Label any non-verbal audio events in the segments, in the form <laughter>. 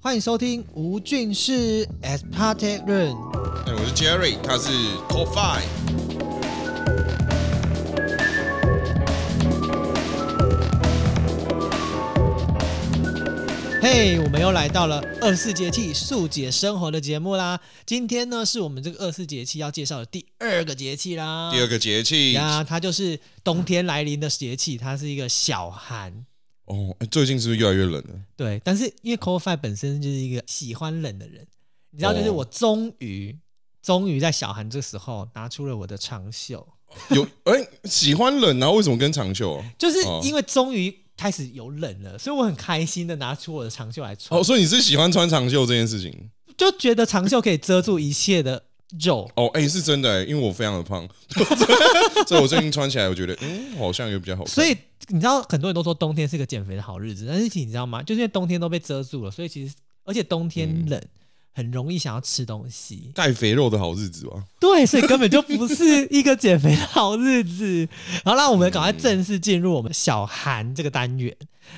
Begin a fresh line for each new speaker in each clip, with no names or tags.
欢迎收听吴俊士 As Party Room。
哎，我是 Jerry，他是 Top Five。
嘿、我们又来到了二四节气速解生活的节目啦。今天呢，是我们这个二四节气要介绍的第二个节气啦。
第二个节气
呀，它就是冬天来临的节气，它是一个小寒。
哦，哎最近是不是越来越冷了？ <laughs>
对，但是因为 c o f i 本身就是一个喜欢冷的人，你知道，就是
哦
我终于、终于在小寒这时候拿出了我的长袖，
有哎、喜欢冷啊？为什么跟长袖？
就是
哦
因为终于开始有冷了，所以我很开心的拿出我的长袖来穿，
哦，所以你是喜欢穿长袖这件事情？
就觉得长袖可以遮住一切的肉。
哦，哎、是真的、哎，因为我非常的胖， <laughs> 所以我最近穿起来，我觉得嗯，好像又比较好看。
所以你知道，很多人都说冬天是个减肥的好日子，但是其实你知道吗？就是因为冬天都被遮住了，所以其实而且冬天冷，很容易想要吃东西。
带肥肉的好日子吧。
对，所以根本就不是一个减肥的好日子。 <laughs> 好，那我们赶快正式进入我们小寒这个单元。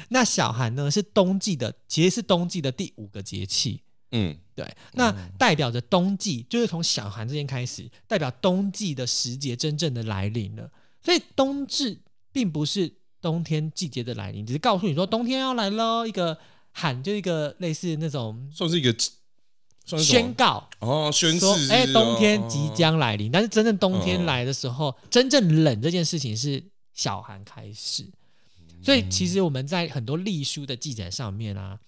那小寒呢是冬季的，其实是冬季的第五个节气。
嗯，
对，那代表着冬季，就是从小寒这边开始，代表冬季的时节真正的来临了。所以冬至并不是冬天季节的来临，只是告诉你说冬天要来喽，一个喊就一个类似那种
算是一个算是什么
宣告，
哦，宣
说
誓。
哎、
是不是哦
冬天即。将来临。但是真正冬天
嗯
来的时候，真正冷这件事情是小寒开始。所
嗯
以其实我们在很多历书的记载上面啊，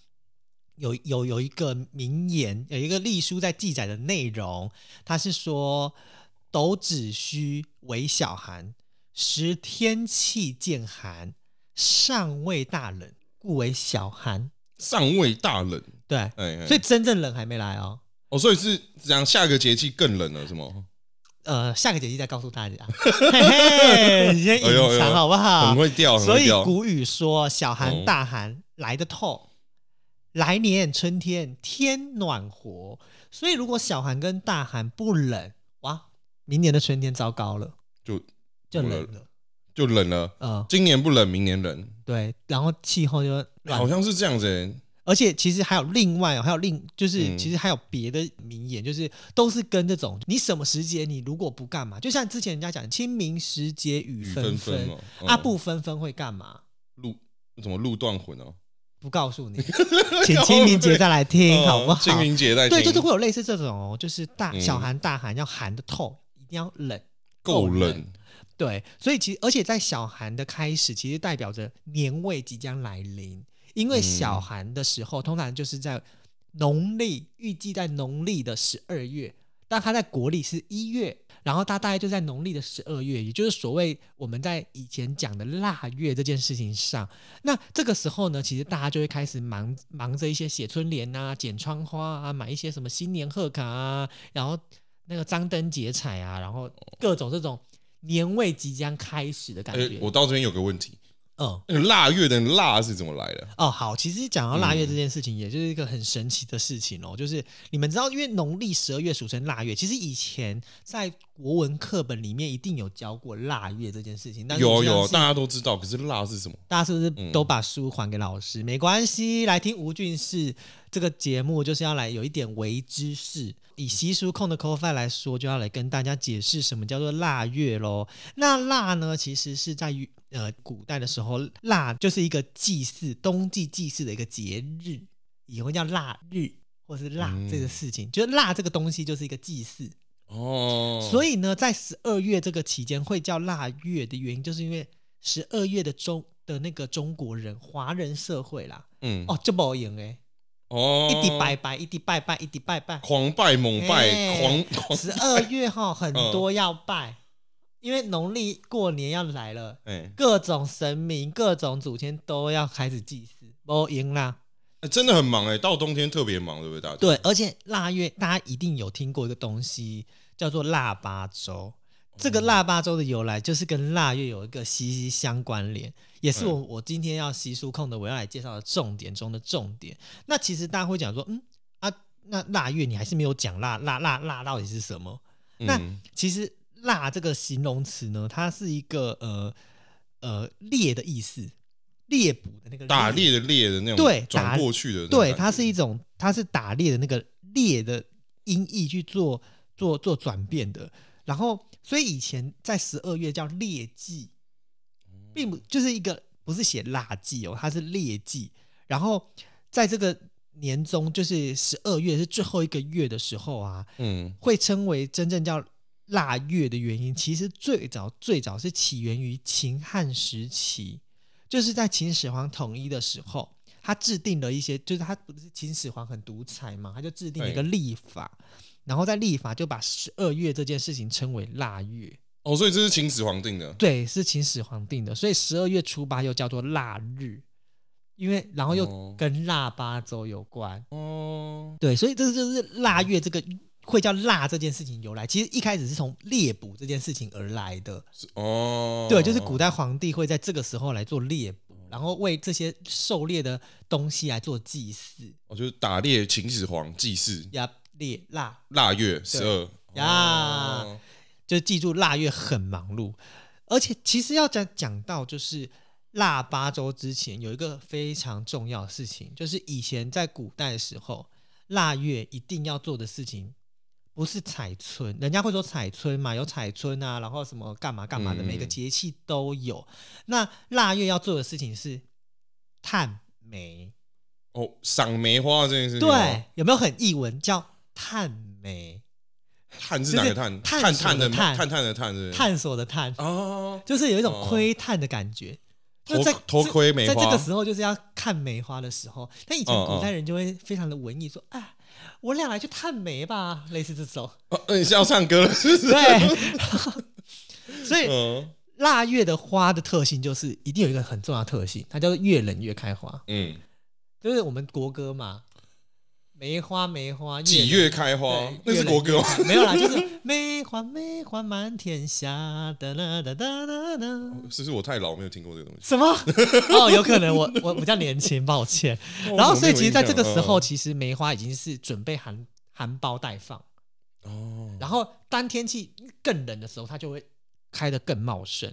有有有一个名言，有一个历书在记载的内容，它是说“斗子虚为小寒，时天气渐寒，尚未大冷，故为小寒
尚未大冷，”。
对，
哎、哎
所以真正冷还没来哦。
哦，所以是这样，下个节气更冷了，是吗？
呃，下个节气再告诉大家， <laughs> 嘿嘿，你先
哎呦哎
隐
呦
藏好不好
很？会掉，很
啊所
会
以
掉。
古语说“小寒
哦
大寒来得透”，来年春天天暖和。所以如果小寒跟大寒不冷，哇，明年的春天糟糕了，
就
就
不
冷了。
就冷了。
呃，
今年不冷，明年冷，
对，然后气候就
好
乱。
像是这样子、欸。
而且其实还有另外，还有另就是、
嗯
其实还有别的名言，就是都是跟这种你什么时节你如果不干嘛，就像之前人家讲“清明时节雨
雨
纷
纷
纷
纷”，嘛，
啊不纷纷会干嘛？
路什么路段混哦，
不告诉
<laughs>
你， <laughs> 请清明节再来听，
哦
好不好？
清明节在
对，就是会有类似这种哦，就是大
嗯
小寒大寒要寒的透，一定要冷。
够
够
冷
对，所以其实而且在小寒的开始，其实代表着年味即将来临，因为
嗯
小寒的时候，通常就是在农历预计在农历的十二月，但它在国历是一月，然后它大概就在农历的十二月，也就是所谓我们在以前讲的腊月这件事情上。那这个时候呢，其实大家就会开始忙忙着一些写春联啊、剪窗花啊、买一些什么新年贺卡啊，然后那个张灯结彩啊，然后各种这种年味即将开始的感
哎、
觉。
我到这边有个问题，
嗯。
那个腊月的腊是怎么来的？
哦，好，其实讲到腊
嗯
月这件事情，也就是一个很神奇的事情哦。就是你们知道，因为农历十二月俗称腊月，其实以前在国文课本里面一定有教过腊月这件事情，但是
有
我
有，
相信
大家都知道，可是腊是什么？
大家是不是都把书还给老师？没关系，来听吴俊士这个节目，就是要来有一点为知识。以习俗控的 c o f i 来说，就要来跟大家解释什么叫做腊月喽。那腊呢，其实是在于呃古代的时候，腊就是一个祭祀，冬季祭祀的一个节日，也会叫腊日或是腊
嗯
这个事情，就是腊这个东西就是一个祭祀。
哦，
所
以
以呢，在十二月这个期间会叫腊月的原因，就是因为十二月的中的那个中国人华人社会啦，
嗯
哦，这不赢哎，
哦
一滴拜拜，一滴拜拜，一滴拜拜，
狂拜猛拜、
哎
狂狂
十二月哈很多要拜，因为农历过年要来了，
哎、
各种神明、各种祖先都要开始祭祀，不赢啦。
哎真的很忙哎、到冬天特别忙，对不对？大家
对，而且腊月大家一定有听过一个东西叫做腊八粥。这个腊八粥的由来就是跟腊月有一个息息相关联，也是我、我今天要习俗控的我要来介绍的重点中的重点。那其实大家会讲说，嗯啊，那腊月你还是没有讲腊腊腊腊到底是什么？那
嗯
其实“辣”这个形容词呢，它是一个呃呃猎的意思，猎捕的那个
打猎的猎的那种，
对打
转过去的那种
对，
感觉
它是一种它是打猎的那个猎的音译去做做做转变的。然后，所以以前在十二月叫猎季，并不就是一个不是写腊季哦，它是猎季。然后在这个年中，就是十二月是最后一个月的时候啊，
嗯
会称为真正叫腊月的原因，其实最早最早是起源于秦汉时期，就是在秦始皇统一的时候，他制定了一些，就是他不是秦始皇很独裁嘛，他就制定了一个历法，然后在历法就把十二月这件事情称为腊月，
哦，所以这是秦始皇定的，
对，是秦始皇定的，所以十二月初八又叫做腊日，因为然后又
哦
跟腊八粥有关。
哦，
对，所以这就是腊月这个会叫腊这件事情由来，其实一开始是从猎捕这件事情而来的。
是哦，
对，就是古代皇帝会在这个时候来做猎捕，然后为这些狩猎的东西来做祭祀，
哦，就是打猎秦始皇祭祀
呀，猎腊，
腊月十二
呀
哦
就记住腊月很忙碌，而且其实要讲讲到就是。腊八粥之前有一个非常重要的事情，就是以前在古代的时候，腊月一定要做的事情，不是采春，人家会说采春嘛，有采春啊，然后什么干嘛干嘛的，
嗯
每个节气都有。那腊月要做的事情是探梅，
哦，赏梅花这件事情，
对，，有没有很译文叫探梅？
探是哪个探？
就是探
探探
索的
的
探
探探的探是不是
探索的探，
哦，
就是有一种
哦
窥探的感觉。
头
就在
头盔梅
在这
花
个时候就是要看梅花的时候，但以前
嗯
古
嗯
代人就会非常的文艺，说啊，我俩来去探梅吧，类似这
<laughs>
种。
哦，呃你是要唱歌了是不
<laughs>
是？
对，所以
嗯
腊月的花的特性就是一定有一个很重要的特性，它叫做越冷越开花，
嗯，
就是我们国歌嘛，梅花梅花越
几
冷
月开花
对？
那是国歌吗？
没有啦，就是梅花梅花满天下，哒啦哒哒哒哒。
是不是我太老没有听过这个东西？
什么？哦，有可能我我比较年轻，抱歉。然
哦
后，所以其实在这个时
嗯
候，其实梅花已经是准备含含苞待放，
哦，
然后当天气更冷的时候，它就会开得更茂盛。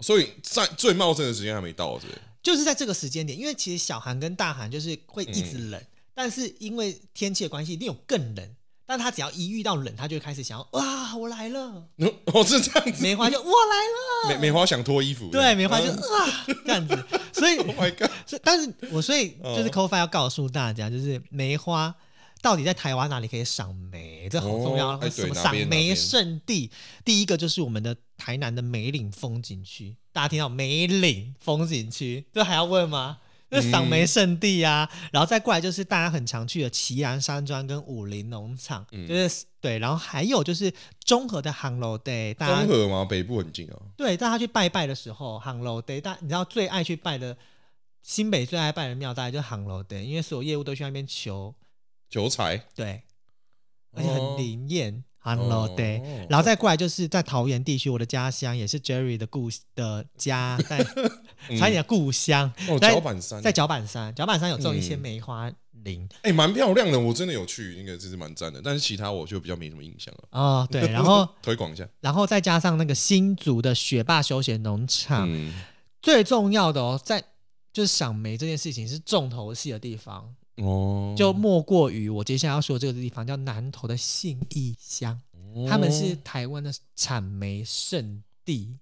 所以在最茂盛的时间还没到，是不是
就是在这个时间点，因为其实小寒跟大寒就是会一直冷，但是因为天气的关系，一定有更冷。但它只要一遇到冷，它就会开始想要哇，我来了，
嗯哦，是这
<laughs>
样子。
梅花就我来了，
梅梅花想脱衣服，
对，梅花就
嗯
啊这样子，所以
Oh my
<laughs>
god！
所以，但是我所以
哦
就是 c o f i 要告诉大家，就是梅花到底在台湾哪里可以赏梅，这好重要。
哦哎
什
对
么
哪
赏
边哪
梅
边
圣地？第一个就是我们的台南的梅岭风景区，大家听到梅岭风景区，这还要问吗？这赏梅圣地啊，然后再过来就是大家很常去的奇兰山庄跟武林农场，
嗯
就是对，然后还有就是中和的航楼 day，大家
中和嘛，北部很近啊。
对，大家去拜拜的时候，航楼 day，大你知道最爱去拜的新北最爱拜的庙，大概就是航楼 day，因为所有业务都去那边求，
求财，
对，而且很
哦
灵验。航楼 day，、
哦
然后再过来就是在桃园地区，我的家乡也是 Jerry 的故的
<laughs>
家，在差一点故乡，
嗯哦，
在
脚板山
在脚板山，脚板山有种一些
嗯
梅花林
哎，蛮漂亮的，我真的有去，那个真是蛮赞的。但是其他我就比较没什么印象了。
哦，对，然
<laughs>
后
推广一下，
然后再加上那个新竹的雪霸休闲农场，
嗯，
最重要的哦，在就是赏梅这件事情是重头戏的地方，
哦，
就莫过于我接下来要说的这个地方叫南投的信义乡，他们是
哦
台湾的产梅圣地，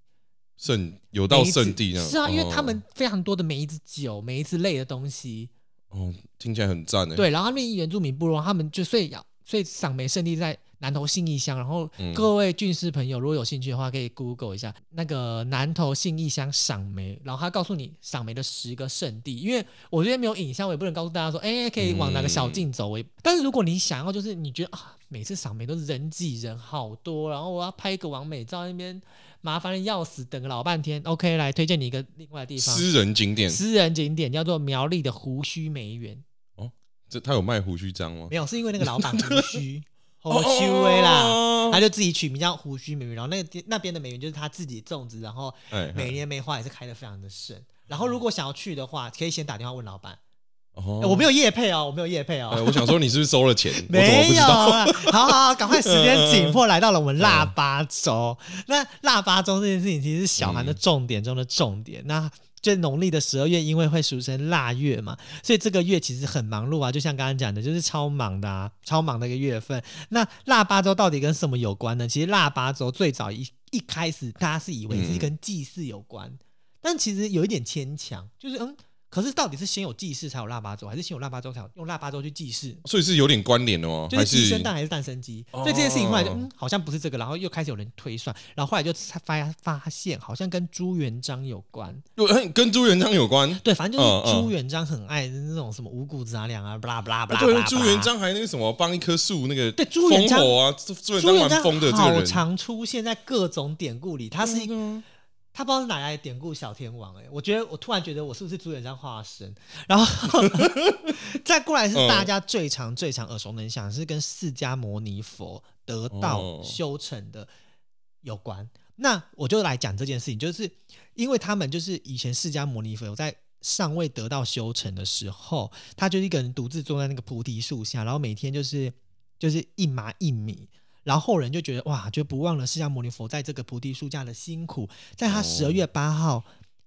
圣有到
梅子
圣地那样，
是啊，因为
哦
他们非常多的梅子酒、梅子类的东西，
哦，听起来很赞诶。
对，然后他们原住民部落，他们就所以要所以赏梅圣地在南投信义乡，然后
嗯
各位军师朋友如果有兴趣的话，可以 Google 一下那个南投信义乡赏梅，然后他告诉你赏梅的十个圣地，因为我这边没有影像，我也不能告诉大家说，哎，可以往哪个小径走，我也，但是如果你想要，就是你觉得啊，每次赏梅都是人挤人好多，然后我要拍一个完美照，那边麻烦的要死，等个老半天，OK，来推荐你一个另外的地方。
私人景点，
<laughs> 私人景点叫做苗栗的胡须梅园，
这他有卖胡须章吗？
没有，是因为那个老板
<laughs>
胡须，胡须威啦，
哦
他就自己取名叫胡须梅园，然后那个那边的梅园就是他自己种植，然后
哎
每年梅花也是开的非常的盛。然后如果想要去的话，可以先打电话问老板。
嗯哦
哎我没有业配哦，我没有业配
哎，
哦，
我想说你是不是收了钱？我怎么
没
不知
有
道？
啊。好好好，赶快时间紧迫，来到了我们腊
嗯
八粥。那腊八粥这件事情其实是小韩的重点中的重点。那就农历的十二月，因为会俗称腊月嘛，所以这个月其实很忙碌啊。就像刚刚讲的，就是超忙的啊，超忙的一个月份。那腊八粥到底跟什么有关呢？其实腊八粥最早一一开始，大家是以为是
嗯
跟祭祀有关，但其实有一点牵强，就是嗯，可是到底是先有祭祀才有腊八粥，还是先有腊八粥才有用腊八粥去祭祀？
所以是有点关联的哦，
就
还
是
是
鸡生蛋还是蛋生鸡，
哦
所以这件事情后来就嗯，好像不是这个，然后又开始有人推算，然后后来就发发现好像跟朱元璋有关，
有很跟朱元璋有关。
对，反正就是
嗯嗯
朱元璋很爱那种什么五谷杂粮啊，不啦不啦不啦，
对
blah，blah，
朱
blah
元。璋还那个什么，帮一棵树那个
对朱元璋
封侯啊，朱朱元
朱
璋
元
蛮
璋
疯的这个
好
人，啊
常出现在各种典故里，他是一个
个
他不知道是哪来的典故小天王哎、我觉得我突然觉得我是不是朱元璋化身？然后再过来是大家最常最常耳熟能详是跟释迦牟尼佛得
哦
道修成的有关。那我就来讲这件事情，就是因为他们就是以前释迦牟尼佛有在尚未得到修成的时候，他就是一个人独自坐在那个菩提树下，然后每天就是就是一麻一米。然后后人就觉得哇，就不忘了释迦牟尼佛在这个菩提树下的辛苦，在他
哦
十二月八号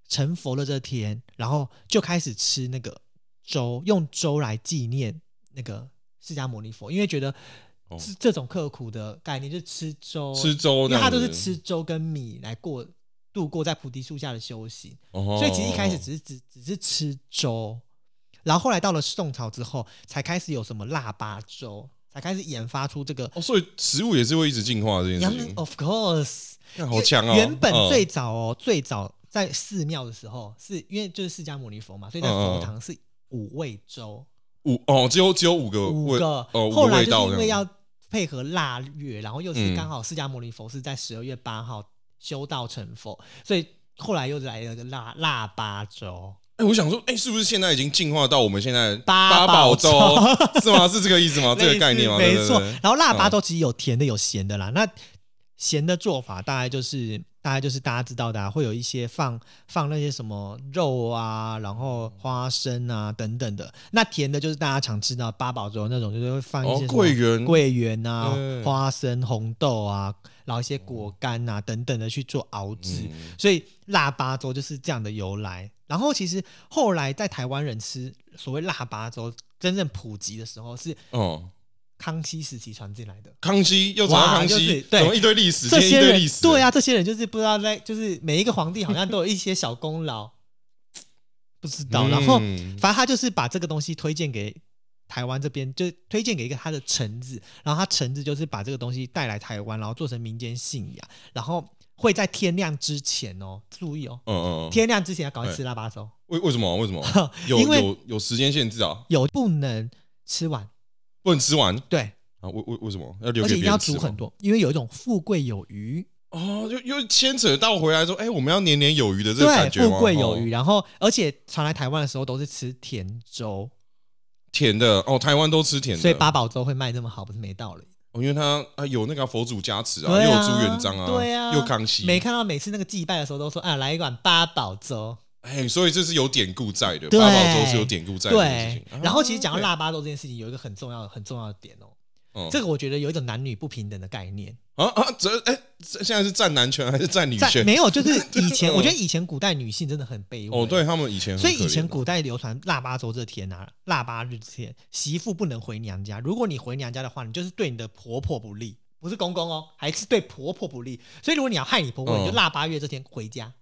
成佛的这天，然后就开始吃那个粥，用粥来纪念那个释迦牟尼佛，因为觉得
哦
是这种刻苦的概念，就是吃粥，
吃粥
因为
这样子，
他都是吃粥跟米来过度过在菩提树下的修行，
哦，
所以其实一开始只是只只是吃粥，然后后来到了宋朝之后，才开始有什么腊八粥，才开始研发出这个。
哦，所以食物也是会一直进化这件
杨
事情，
，of course，
看好强哦！
哦原本
嗯
最早哦，最早在寺庙的时候，是因为就是释迦牟尼佛嘛，所以在
嗯
佛堂是五味粥，
五哦，只有只有五个
五
味
个。
哦，五
后
个
来
味
就是
道
因为
这样。
要配合腊月，然后又是
嗯
刚好释迦牟尼佛是在十二月八号修道成佛，所以后来又来了个腊腊八粥。
哎，我想说，哎，是不是现在已经进化到我们现在
八宝
宝
粥
粥 <laughs> 是吗？是这个意思哦
<laughs>
吗？这个概念吗？
类似没
对
错。然后腊八
嗯
粥其实有甜的，有咸的啦。那咸的做法大概就是，大概就是大家知道的、啊，会有一些放放那些什么肉啊，然后花生啊等等的。那甜的就是大家常吃到八宝粥那种，就是会放一些
哦
什，么
桂圆
桂圆啊、
嗯
花生、红豆啊，然后一些果干啊等等的去做熬制。
哦嗯
所以腊八粥就是这样的由来。然后其实后来在台湾人吃所谓腊八粥真正普及的时候，是
哦，
康熙时期传进来的。
康熙又找到
哇
康
就是
熙，
对
怎么一堆历史，
这
今天
些
一堆
人
历史，
对，啊，这些人就是不知道在，就是每一个皇帝好像都有一些小功劳，不知道。
嗯
然后反正他就是把这个东西推荐给台湾这边，就推荐给一个他的臣子，然后他臣子就是把这个东西带来台湾，然后做成民间信仰，然后会在天亮之前哦，注意哦，
嗯嗯，嗯
天亮之前要赶快吃腊八粥，
为为什么为
<laughs>
什么有
因为
有有时间限制啊？
有不能吃完，
不能吃完
对，
啊？为为为什么要留
而且
给
一定
别
要
人吃
煮
吗？
很多，因为有一种富贵有余，
哦，又又牵扯到回来说，哎，我们要年年有余的这个
对
感，觉吗哦
富贵有余。，然后而且传来台湾的时候都是吃甜粥，
哦甜的哦，台湾都吃甜的，
所以八宝粥会卖那么好，不是没道理。
哦，因为他啊有那个佛祖加持啊，
对啊
又有朱元璋啊，
对啊
又康熙，
没看到每次那个祭拜的时候都说啊，来一碗八宝粥。
哎，所以这是有典故在的，
对
八宝粥是有典故在的事
对
情。啊，
然后其实讲到腊八粥这件事情，有一个很重要的、很重要的点哦，
嗯
这个我觉得有一种男女不平等的概念，
啊啊，这哎，这现在是站男权还是站女
在
权？
没有，就是以前
<laughs> 嗯
我觉得以前古代女性真的很卑微
哦，对，他们以前很
所以
可
以前
怜啊
古代流传腊八粥这天啊，腊八日这天，媳妇不能回娘家。如果你回娘家的话，你就是对你的婆婆不利，不是公公哦，还是对婆婆不利。所以如果你要害你婆婆，
嗯
你就腊八月这天回家，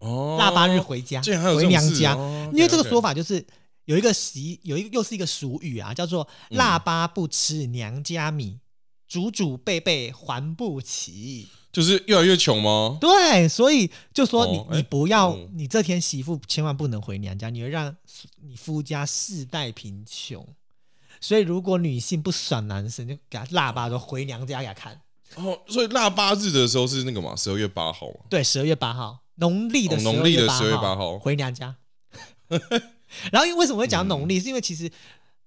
哦，
腊八日回家，
竟然还有这
回
种
娘
事
家。
哦
因为这个
OK，OK
说法就是有一个习，有一个又是一个俗语啊，叫做“腊八不吃娘家米，祖祖辈辈还不起”。
就是越来越穷吗？
对，所以就说你、
哦
你
哎
不要，
嗯
你这天媳妇千万不能回娘家，你会让你夫家世代贫穷。所以如果女性不爽男生，就给他腊八粥回娘家给他看。
哦，所以腊八日的时候是那个嘛，十二月八号嘛。
对，十二月八号，农历的
哦
12
农历的
8
12八号
回娘家。然后因为为什么会讲农历，是因为其实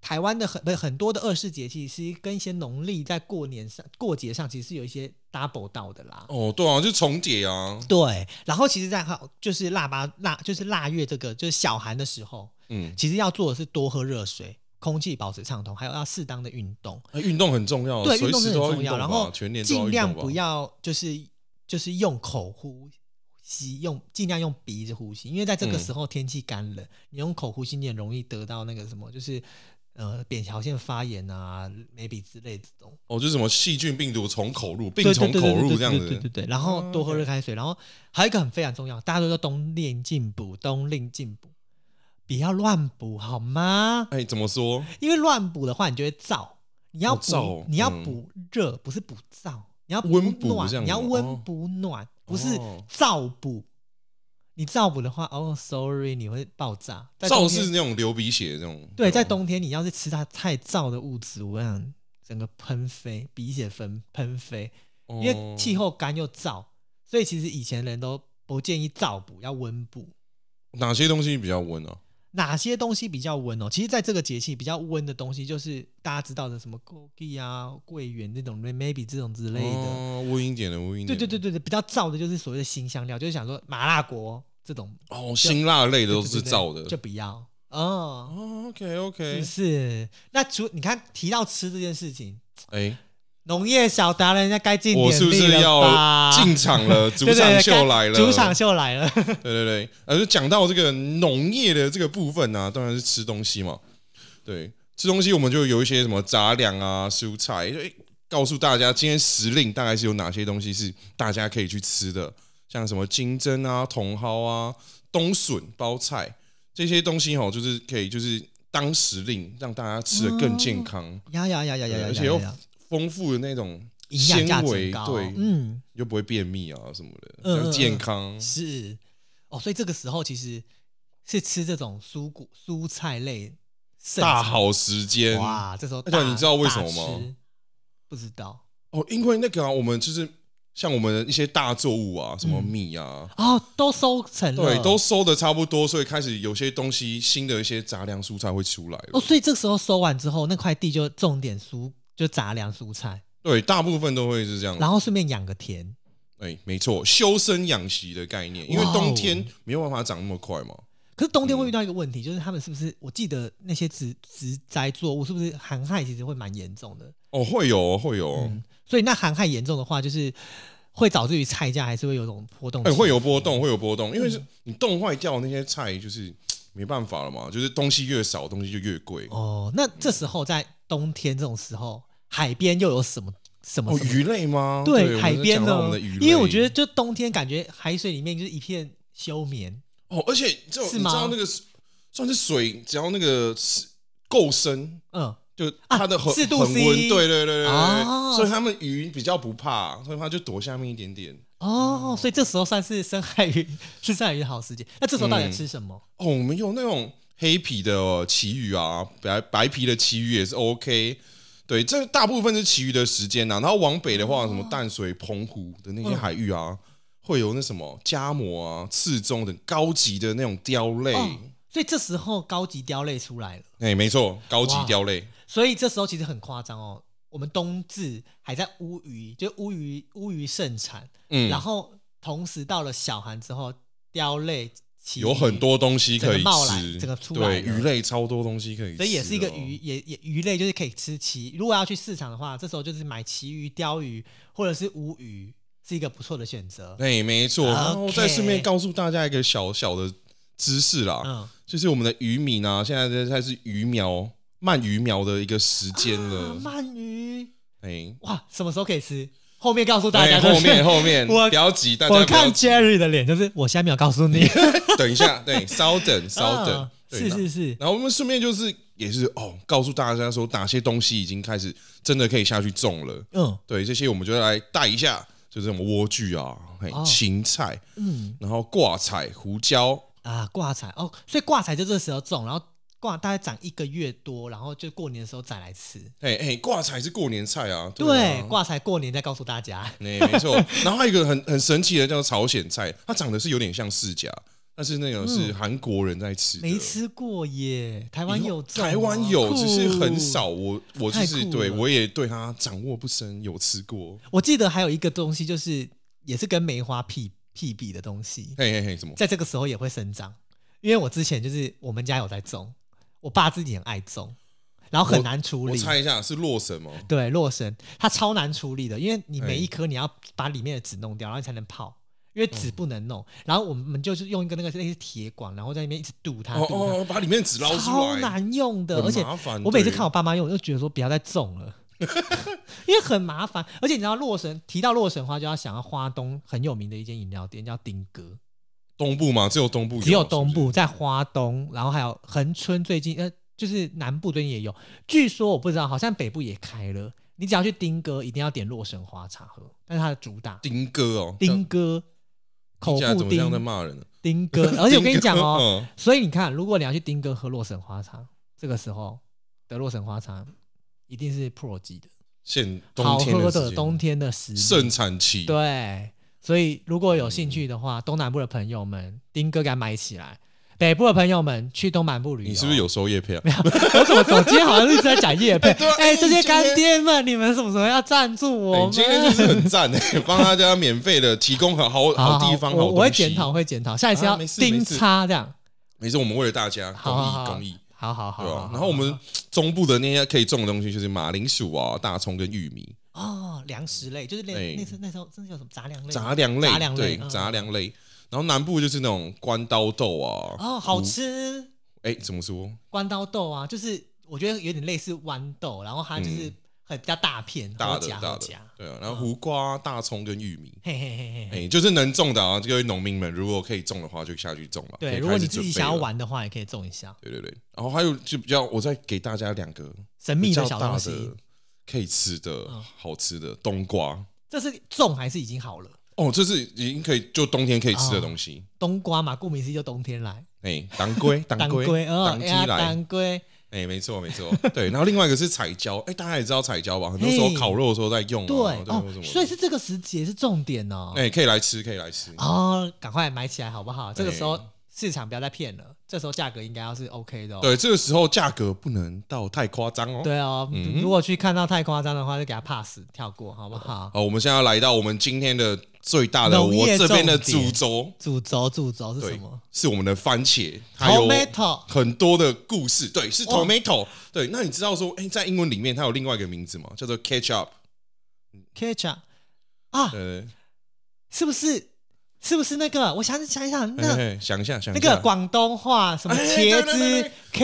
台湾的很不是很多的二世节气是跟一些农历在过年上过节上其实是有一些 double 到的啦。
哦，对啊，就重叠啊。
对，然后其实在还有就是腊八腊就是腊月这个就是小寒的时候，
嗯，
其实要做的是多喝热水，空气保持畅通，还有要适当的运动。
哎运动很重要，
对，
随
动
时
是很
都要
重
运
要。
动
然
吧，
后
全年都
尽
运
量
动吧
不要就是就是用口呼吸，用尽量用鼻子呼吸，因为在这个
嗯
时候天气干冷，你用口呼吸，你很容易得到那个什么，就是呃扁桃腺发炎啊，maybe 之类的东西。
哦，就是什么细菌、病毒从口入，病
对
从
对对
口
对
入
对
这样
对对
子。
对对。然后
哦
多喝
OK
热开水，然后还有一个很非常重要，大家都说冬练进补，冬令进补，不要乱补好吗？
哎，怎么说？
因为乱补的话，你就会燥。你要
哦燥
补
哦，
你要
嗯
补热，不是补燥，你要
温补
暖
这，样
你要
子
温
哦
补暖，不是
哦
燥补。你燥补的话，哦，sorry，你会爆炸。在冬
燥
天
是那哦种流鼻血这种。
对，在冬天你要是吃它太燥的物质，我想整个喷飞，鼻血喷喷飞。
哦，
因为气候干又燥，所以其实以前人都不建议燥补，要温补。
哪些东西比较温啊？
哪些东西比较温哦？其实，在这个节气比较温的东西，就是大家知道的什么枸杞啊、桂圆这种，maybe 这种之类的。
哦温一点的，温一
对
点。
对对。对对，比较燥的就是所谓的辛香料，就是想说麻辣锅这种，
哦，辛辣类的都
对
是
对对
燥的。
就不要哦。
哦，OK
是
OK
不。是？那除你看提到吃这件事情，
哎，
农业小达人家该进点
我是不是
力了
要
吧
进场了？
<laughs>
主
对对
场
对
秀
该
来了。
主场秀来了。
对对对，呃，就讲到这个农业的这个部分呢、啊，当然是吃东西嘛。对，吃东西我们就有一些什么杂粮啊、蔬菜，就诶告诉大家今天时令大概是有哪些东西是大家可以去吃的，像什么金针啊、茼蒿啊、冬笋、包菜这些东西哈，就是可以就是当时令让大家吃的更健康，
呀呀哦呀呀呀呀！
而且
呀
又
呀呀
丰富的那种
营养价
纤
值
维，
高，
对，
嗯，
又不会便秘啊什么的，
嗯
比较
嗯
健
嗯
康。
是哦，所以这个时候其实是吃这种蔬果、蔬菜类盛
大
产
好时间
哇，这时候
而且
大
啊你知道为什么？
大
吗
吃不知道
哦，因为那个啊，我们就是像我们的一些大作物啊，什么米啊，
哦，都收成了，
对，都收的差不多，所以开始有些东西新的一些杂粮蔬菜会出来了。
哦，所以这时候收完之后，那块地就种点蔬，就杂粮蔬菜，
对，大部分都会是这样。
然后顺便养个田。
哎，没错，修身养息的概念，因为
哇哦
冬天没有办法长那么快嘛。
可是冬
嗯
天会遇到一个问题，就是他们是不是？我记得那些植植栽作物是不是寒害其实会蛮严重的？
哦，会有哦，会有哦，
嗯，所以那寒害严重的话，就是会导致于菜价还是会有种波动。
哎，会有
嗯
波动，会有波动，因为是你冻坏掉那些菜，就是嘖没办法了嘛，就是东西越少，东西就越贵。
哦。那这时候在冬天这种时候，海边又有什么什么
哦
什，么？
鱼类吗？我
对，
们
海边
讲到我
呢
们的鱼？类，
因为我觉得就冬天感觉海水里面就是一片休眠。
哦，而且这种
是
你知
吗
道那个算是水，只要那个是够深，
嗯，
就
啊
它的恒
四
恒
度 C
温，对对对对
哦
对，所以他们鱼比较不怕，所以它就躲下面一点点。
哦，所以这时候算是深海鱼，是深海鱼的好时节。那这时候到底要吃什么？
哦，我们有那种黑皮的哦旗鱼啊，白白皮的旗鱼也是 OK。对，这大部分是旗鱼的时间啊呐、然后往北的
哦
话，什么淡水、澎湖的那些海域啊，会有那什么嘉模啊、刺中等高级的那种雕类。
哦，所以这时候高级雕类出来了。
哎、没错，高级
哇
雕类。
所以这时候其实很夸张哦。我们冬至还在乌鱼，就乌鱼乌鱼盛产，
嗯，
然后同时到了小寒之后，雕类旗
有很，多东西可以
整个冒来
吃，
整个出来了
对鱼类超多东西可以吃的
所
哦，
以也是一个鱼，也也鱼类就是可以吃旗。如果要去市场的话，这时候就是买旗鱼、鲷鱼或者是乌鱼，是一个不错的选择。
哎，没错。然后
OK
再顺便告诉大家一个小小的知识啦，
嗯，
就是我们的渔民啊，现在在在是鱼苗鳗鱼苗的一个时间
啊
了，
鳗鱼
哎、
哇，什么时候可以吃？后面告诉大
哎，
家。
后面
就是
后面
<laughs> 我
不要急，大家
我
不要
看
急，
Jerry 的脸，就是我现在没有告诉
<laughs>
你，
等
<laughs>
一下，对，稍等稍等
啊，
对
<laughs> 是
那
是是，
然后我们顺便就是也是哦，告诉大家说哪些东西已经开始真的可以下去种了。
嗯
对，这些我们就来带一下，就是什么莴苣啊，嘿，
哦
芹菜，
嗯。
然后挂菜、胡椒，
啊，挂彩哦，所以挂彩就这时候种，然后挂大概长一个月多，然后就过年的时候再来吃。
嘿嘿，挂菜是过年菜啊，
对，
啊
挂彩过年再告诉大家。
<laughs> 哎没错。然后还有一个很很神奇的叫朝鲜菜，它长得是有点像释迦，但是那种是韩国人在吃
嗯
的，
没吃过耶，台湾
以后
有种哦、
台湾有，
酷
只是很少。。我我就
太
是
酷
对
了
我也对它掌握不深，有吃过。
我记得还有一个东西，就是也是跟梅花屁屁比的东西，
嘿嘿嘿，什么？
在这个时候也会生长。因为我之前就是我们家有在种，我爸自己很爱种，然后很难处
我
理。
猜一下是洛神吗？
对，洛神它超难处理的，因为你
哎
每一颗你要把里面的籽弄掉，然后你才能泡。因为纸不能弄。
嗯
然后我们就是用一个那个那些铁管，然后在那边一直堵它，
哦
堵它，
哦，哦把里面的纸捞出
超
来，
难用的，
很
而且
麻烦
我每次
对
看我爸妈用，我就觉得说不要再种
<laughs>
了，因为很麻烦。而且你知道洛神提到洛神花，就要想到花东很有名的一间饮料店叫丁格，
东部嘛，只有东部有，
只有东
是不
部在花东，然后还有恒春最近呃就是南部最近也有，据说我不知道，好像北部也开了。你只要去丁格，一定要点洛神花茶喝，但是它的主打
是丁哥哦，
丁哥口
听起来
布
怎么像在
丁
骂人呢？
丁哥，而且我跟你讲哦，
哦，
所以你看，如果你要去丁哥喝洛神花茶，这个时候的洛神花茶一定是 Pro 级的，
现
好
冬天
喝
的
的冬天的实力
盛产期，
对，啊所以如果有兴趣的话，东南部的朋友们，丁哥给它买起来；北部的朋友们，去东南部旅游。
你是
<laughs>
不是？有收叶片啊？
我怎么总今天好像一直在讲夜配？
<laughs> 对啊
哎、
哎
这些
你今天
干爹们，你们什么时候要赞助我
哎你
们？
今天真是很赞诶， <laughs> 帮大家免费的提供好好
好
地方、好
我我会
东西
检讨，。会检讨，下一次要
啊没事没
钉
事
叉这样。
没事，我们为了大家公
好好好
益公益，
好好好
对吧
好？
然后我们
好
中部的那些可以种的东西，就是马铃薯啊、大葱跟玉米、
哦，粮食类就是那
哎
那次那时候真的叫什么杂粮类吗，
杂粮类
杂粮，类
对
嗯，
杂粮类。然后南部就是那种关刀豆啊，
哦，好吃
哎，怎么说？
关刀豆啊，就是我觉得有点类似豌豆，然后它就是很比较大片，
嗯大
好
的
夹
大
好嗯
的
夹，，
对啊。然后胡瓜、大葱跟玉米，
嘿嘿嘿嘿嘿。
哎，就是能种的啊，各位农民们，如果可以种的话，就下去种吧。可
对，
以
如果
开
你
始
自
准
己
备
想要
了，
玩的话，也可以种一下
对对对。然后还有就比较，我再给大家两个
神秘
比
的
较
小
大
东
的
西。
可以吃的
嗯
好吃的冬瓜。
这是种还是已经好了？
哦，这是已经可以就冬天可以吃
哦
的东西。
冬瓜嘛，顾名思义就冬天来，
哎，当归，当
当
归，
哦，
当
哎
鸡
呀，
来，
当归，
哎，没错没错。对，然后另外一个是彩椒，哎，大家也知道彩椒吧？很多时候
嘿
烤肉的时候在用啊。
对
或什
哦
么，的
所以是这个时节是重点哦。
哎，可以来吃，可以来吃。
哦，赶快买起来好不好？这个时候
哎
市场不要再骗了，这时候价格应该要是 OK 的哦。
对，这个时候价格不能到太夸张哦。
对哦，
嗯
如果去看到太夸张的话，就给他 pass 跳过，好不好？
好，我们现在要来到我们今天的最大的
农
我
业
这边的
重点
主轴，
主轴主轴是什
对
么，
是我们的番茄，它有
？Tomato 哦
很多的故事，对，是
哇
tomato，对。那你知道说，哎、在英文里面它有另外一个名字嘛，叫做 ketchup，
ketchup 啊，
呃，
是不是？是不是那个？我想想想，
嘿
那
嘿想一下，哎想一
那
下，
个广东话什么
哎
茄
对对对
子
对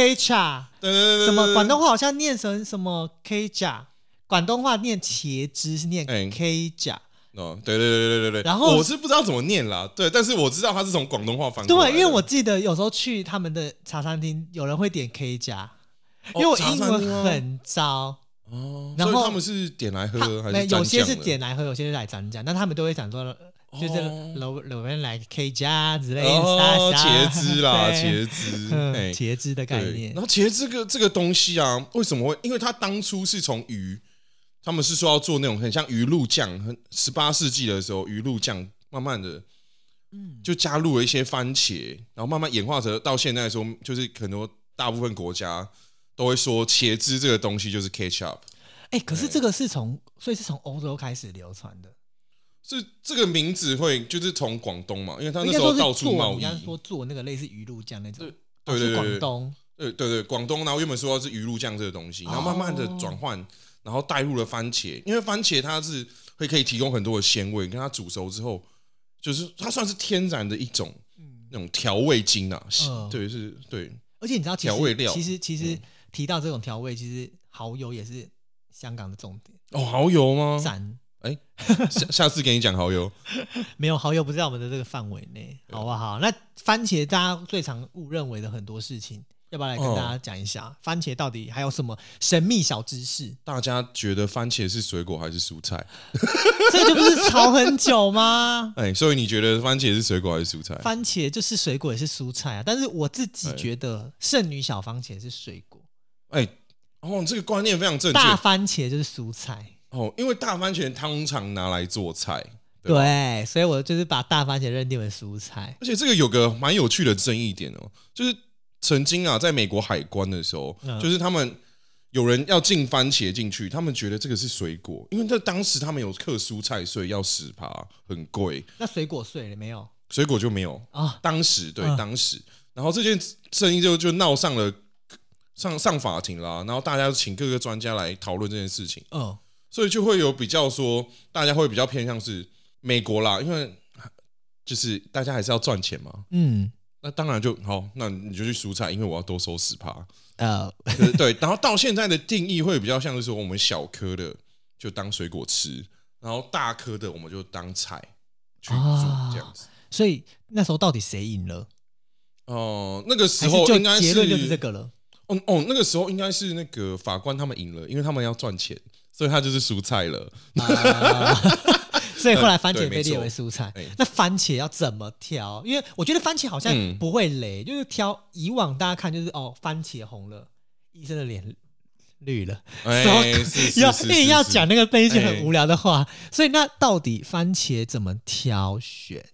呃
ketchup，
对对对
什么广？
对对对
东话好像念成什么 ketchup，广东话念茄汁是念
哎
ketchup，
哦，对对对对对对。
然后
我是不知道怎么念啦，对，但是我知道它是从广东话翻过
对，
来的。
因为我记得有时候去他们的茶餐厅，有人会点 K 加，因为我英文很糟。
哦，
然
然
后
后他们是点来喝
他
还
没
是
有些
蘸酱
是
的
点来喝，有些是来蘸酱，但他们都会讲说，就是
哦
楼楼边来 K 加之类的，
哦，
啥啥
茄汁啦，
哎对
茄汁，
<laughs> 嗯
哎，
茄汁的概
对
念
然，后其实这个这个东西啊，为什么会？因为它当初是从鱼，他们是说要做那种很像鱼露酱，很十八世纪的时候鱼露酱，慢慢的，嗯，就加入了一些番茄，然后慢慢演化成到现在说，就是很多大部分国家都会说茄汁这个东西就是 ketchup。
哎，可是
对
这个是从，所以是从欧洲开始流传的，
是这个名字会就是从广东嘛，因为他
应
那
该
时
说
候
是
到处
做，
贸
你
易，
刚刚说做那个类似鱼露酱那种，
对
哦
对
是
对
广
对
东，
呃对对对，广东，然后原本说是鱼露酱这个东西，然后慢慢
哦
的转换，然后带入了番茄，因为番茄它是会可以提供很多的鲜味，跟它煮熟之后，就是它算是天然的一种那种调味精啊，是
嗯
对是，对，
而且你知道，其实
调味料
其实其实
嗯
提到这种调味，其实蚝油也是香港的重点。
哦，蚝油吗？
赞，
下下次给你讲蚝油，
没有蚝油不在我们的这个范围内，好不好？那番茄大家最常误认为的很多事情，要不要来跟
哦
大家讲一下，番茄到底还有什么神秘小知
<laughs>
识？
大家觉得番茄是水果还是蔬菜？
这就不是炒很久
<laughs>
吗？
哎，所以你觉得番茄是水果还是蔬菜？
番茄就是水果，也是蔬菜啊。但是我自己
哎
觉得剩女小番茄是水果，
哎，哦，这个观念非常正确
大番茄就是蔬菜。
哦，因为大番茄通常拿来做菜，对
对，所以我就是把大番茄认定为蔬菜。
而且这个有个蛮有趣的争议点哦，就是曾经啊，在美国海关的时候，
嗯
就是他们有人要进番茄进去，他们觉得这个是水果，因为在当时他们有课蔬菜税要十趴，很贵，
那水果碎了没有
水果就没有。
啊？
当时对、
嗯
当时，然后这件争议就就闹上了上上法庭啦，然后大家请各个专家来讨论这件事情，
嗯，
所以就会有比较说，大家会比较偏向是美国啦，因为就是大家还是要赚钱嘛。
嗯，
那当然就好，那你就去蔬菜，因为我要多收十趴。 <laughs>
呃，
对对，然后到现在的定义会比较像是说，我们小颗的就当水果吃，然后大颗的我们就当菜去煮这样子。
所以那时候到底谁赢了？
哦、那个时
还
候
是就
应该
结论就是这个了。
哦哦，那个时候应该是那个法官他们赢了，因为他们要赚钱，所以他就是蔬菜了。
啊 <laughs> 所以后来番
<laughs> 对
茄
没
被列
错
为蔬菜
哎，
那番茄要怎么挑？因为我觉得番茄好像
嗯
不会雷，就是挑以往大家看就是哦，番茄红了，医生的脸绿了，<laughs>
哎、
什么
是 <laughs> 是
要
是
因
是
为要讲那个那一些
哎
很无聊的话，所以那到底番茄怎么挑选？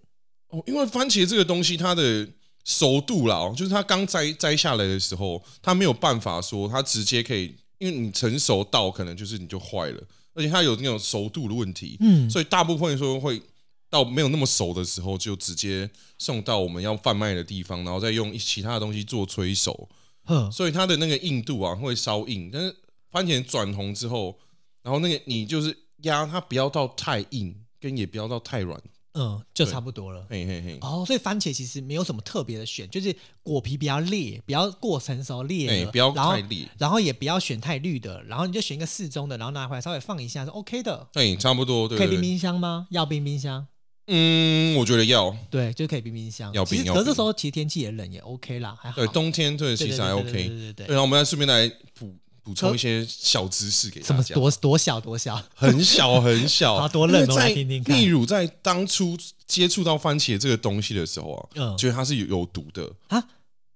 哦，因为番茄这个东西它的熟度啦，哦就是它刚摘摘下来的时候，它没有办法说它直接可以，因为你成熟到可能就是你就坏了，而且它有那种熟度的问题，
嗯，
所以大部分说会到没有那么熟的时候，就直接送到我们要贩卖的地方，然后再用一其他的东西做催熟，
哼，
所以它的那个硬度啊会稍硬，但是番茄转红之后，然后那个你就是压它不要到太硬，跟也不要到太软，
嗯，就
对
差不多了。
嘿嘿嘿。
哦，所以番茄其实没有什么特别的选，就是果皮不要裂，不要过成熟裂
哎、
了，
不要
然后
太烈，
然后也不要选太绿的，然后你就选一个适中的，然后拿回来稍微放一下是 OK 的，
哎、差不多，对
可以
对
冰
对。
冰箱吗？要冰冰箱，
嗯，我觉得要
对，就可以冰冰箱。
要
其
冰
实
要
可是
冰
这时候其实天气也冷，也 OK 啦，还好。
对冬天对，
对
其实还
对对对
OK。
对对
对，
对。
然后我们再顺便来补补充一些小知识给
什
大
么
家，
多多小多小？
很小
<laughs>
很
好
小，
多冷哦
因为在
来听听看
秘鲁在当初接触到番茄这个东西的时候啊，
嗯
觉得它是有有毒的。
啊，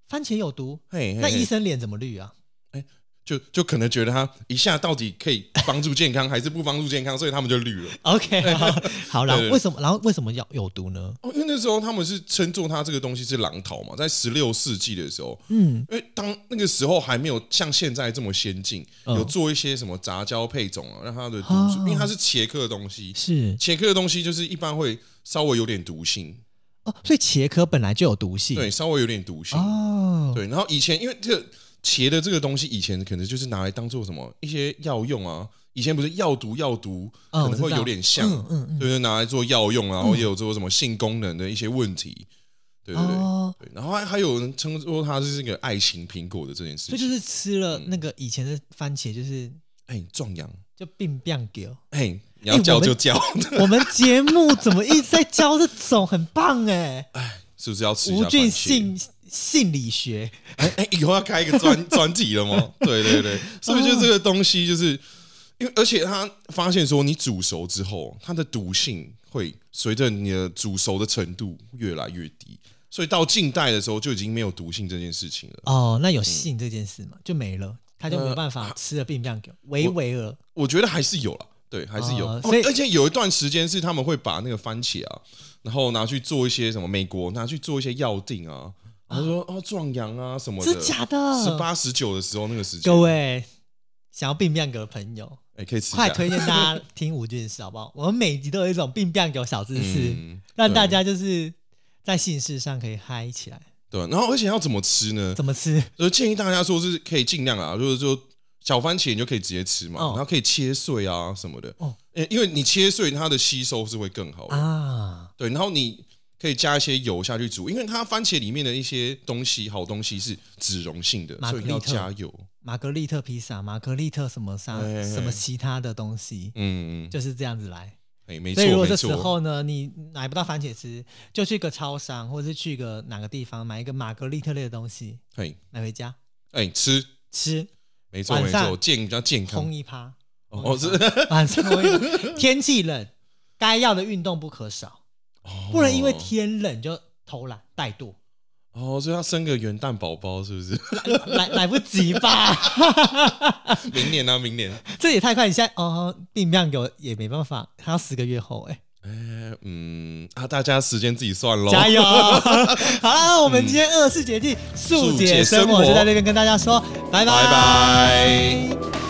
番茄有毒，
嘿，嘿
那医
嘿
生脸怎么绿啊？
就就可能觉得它一下到底可以帮助健康 <laughs> 还是不帮助健康，所以他们就绿了。 <laughs>
OK，好，好，然后
对对
为什么？然后为什么要有毒呢？
哦，因为那时候他们是称作它这个东西是狼桃嘛，在十六世纪的时候，
嗯，
因为当那个时候还没有像现在这么先进，
嗯
有做一些什么杂交配种啊，让它的毒
哦
素，因为它是茄科的东西，
是
茄科的东西就是一般会稍微有点毒性，
哦，所以茄科本来就有毒性，
对，稍微有点毒性，
哦，
对。然后以前因为这个茄的这个东西，以前可能就是拿来当做什么一些药用啊，以前不是药毒药毒，
嗯
可能
我
会
知道
有点像，
嗯嗯嗯，
对，就拿来做药用啊，然后也有做什么性功能的一些问题，对对对。
哦，
对，然后还还有人称作它是这个爱情苹果的这件事
所以
情，
就是吃了
嗯
那个以前的番茄，就是
哎、壮阳，
就病病给哦。
嘿，哎你要教就教，
<laughs> 我们节目怎么一直在教这种很棒
<laughs>
哎、
<laughs> 是不是要吃一下
吴
番
俊
茄？
性性理学
哎哎，以后要开一
<laughs>
个专专题了吗？对对对，所以就这个东西，就是因为而且他发现说，你煮熟之后，它的毒性会随着你的煮熟的程度越来越低，所以到近代的时候就已经没有毒性这件事情了。
哦，那
嗯
有性这件事嘛，就没了，他就没
呃
办法吃了病病给，维维尔
我觉得还是有了。对，还是有，
哦
哦
所以
而且有一段时间是他们会把那个番茄啊，然后拿去做一些什么美国拿去做一些药定啊，然后说哦壮阳啊什么的，
真的假
十
的？
八十九的时候那个时间，
嗯各位想要病病给的朋友，
哎、可以吃一下
快推荐大家听吴俊士好不好？我们每集都有一种病病给小知识，
嗯
让大家就是在性事上可以嗨起来。
对，然后而且要怎么吃呢？
怎么吃？
<laughs> 就建议大家说是可以尽量啊，就是说小番茄你就可以直接吃嘛，
哦
然后可以切碎啊什么的。
哦
哦，因为你切碎它的吸收是会更好的。
啊，
对，然后你可以加一些油下去煮，因为它番茄里面的一些东西好东西是脂溶性的，
玛格
所以
丽特
你要加油。
玛格丽特披萨、玛格丽特什么啥、
哎哎哎
什么其他的东西，
嗯，
就是这样子来。
哎、没
所
错
以如果这
没
时
错。
候呢，你买不到番茄吃，就去一个超商，或者是去一个哪个地方买一个玛格丽特类的东西
哎
买回家
哎、吃，
吃，
没错
晚
没
上啊
错，健比较健康
烘。一趴。
哦，是
晚上烘一趴 <laughs> 天气冷，该要的运动不可少， <laughs> 不能因为天冷就偷懒怠惰，
哦，所以要生个元旦宝宝是不是？
来来不及吧？ <laughs>
明年啊，明年。
这也太快！你现在哦，病量给我也没办法，还要十个月后哎、
哎，嗯啊，大家时间自己算喽。
加油！好了，我们今天二十四节气
速
速解
解
生
生
活就
活
在这边跟大家说，拜
拜拜。
拜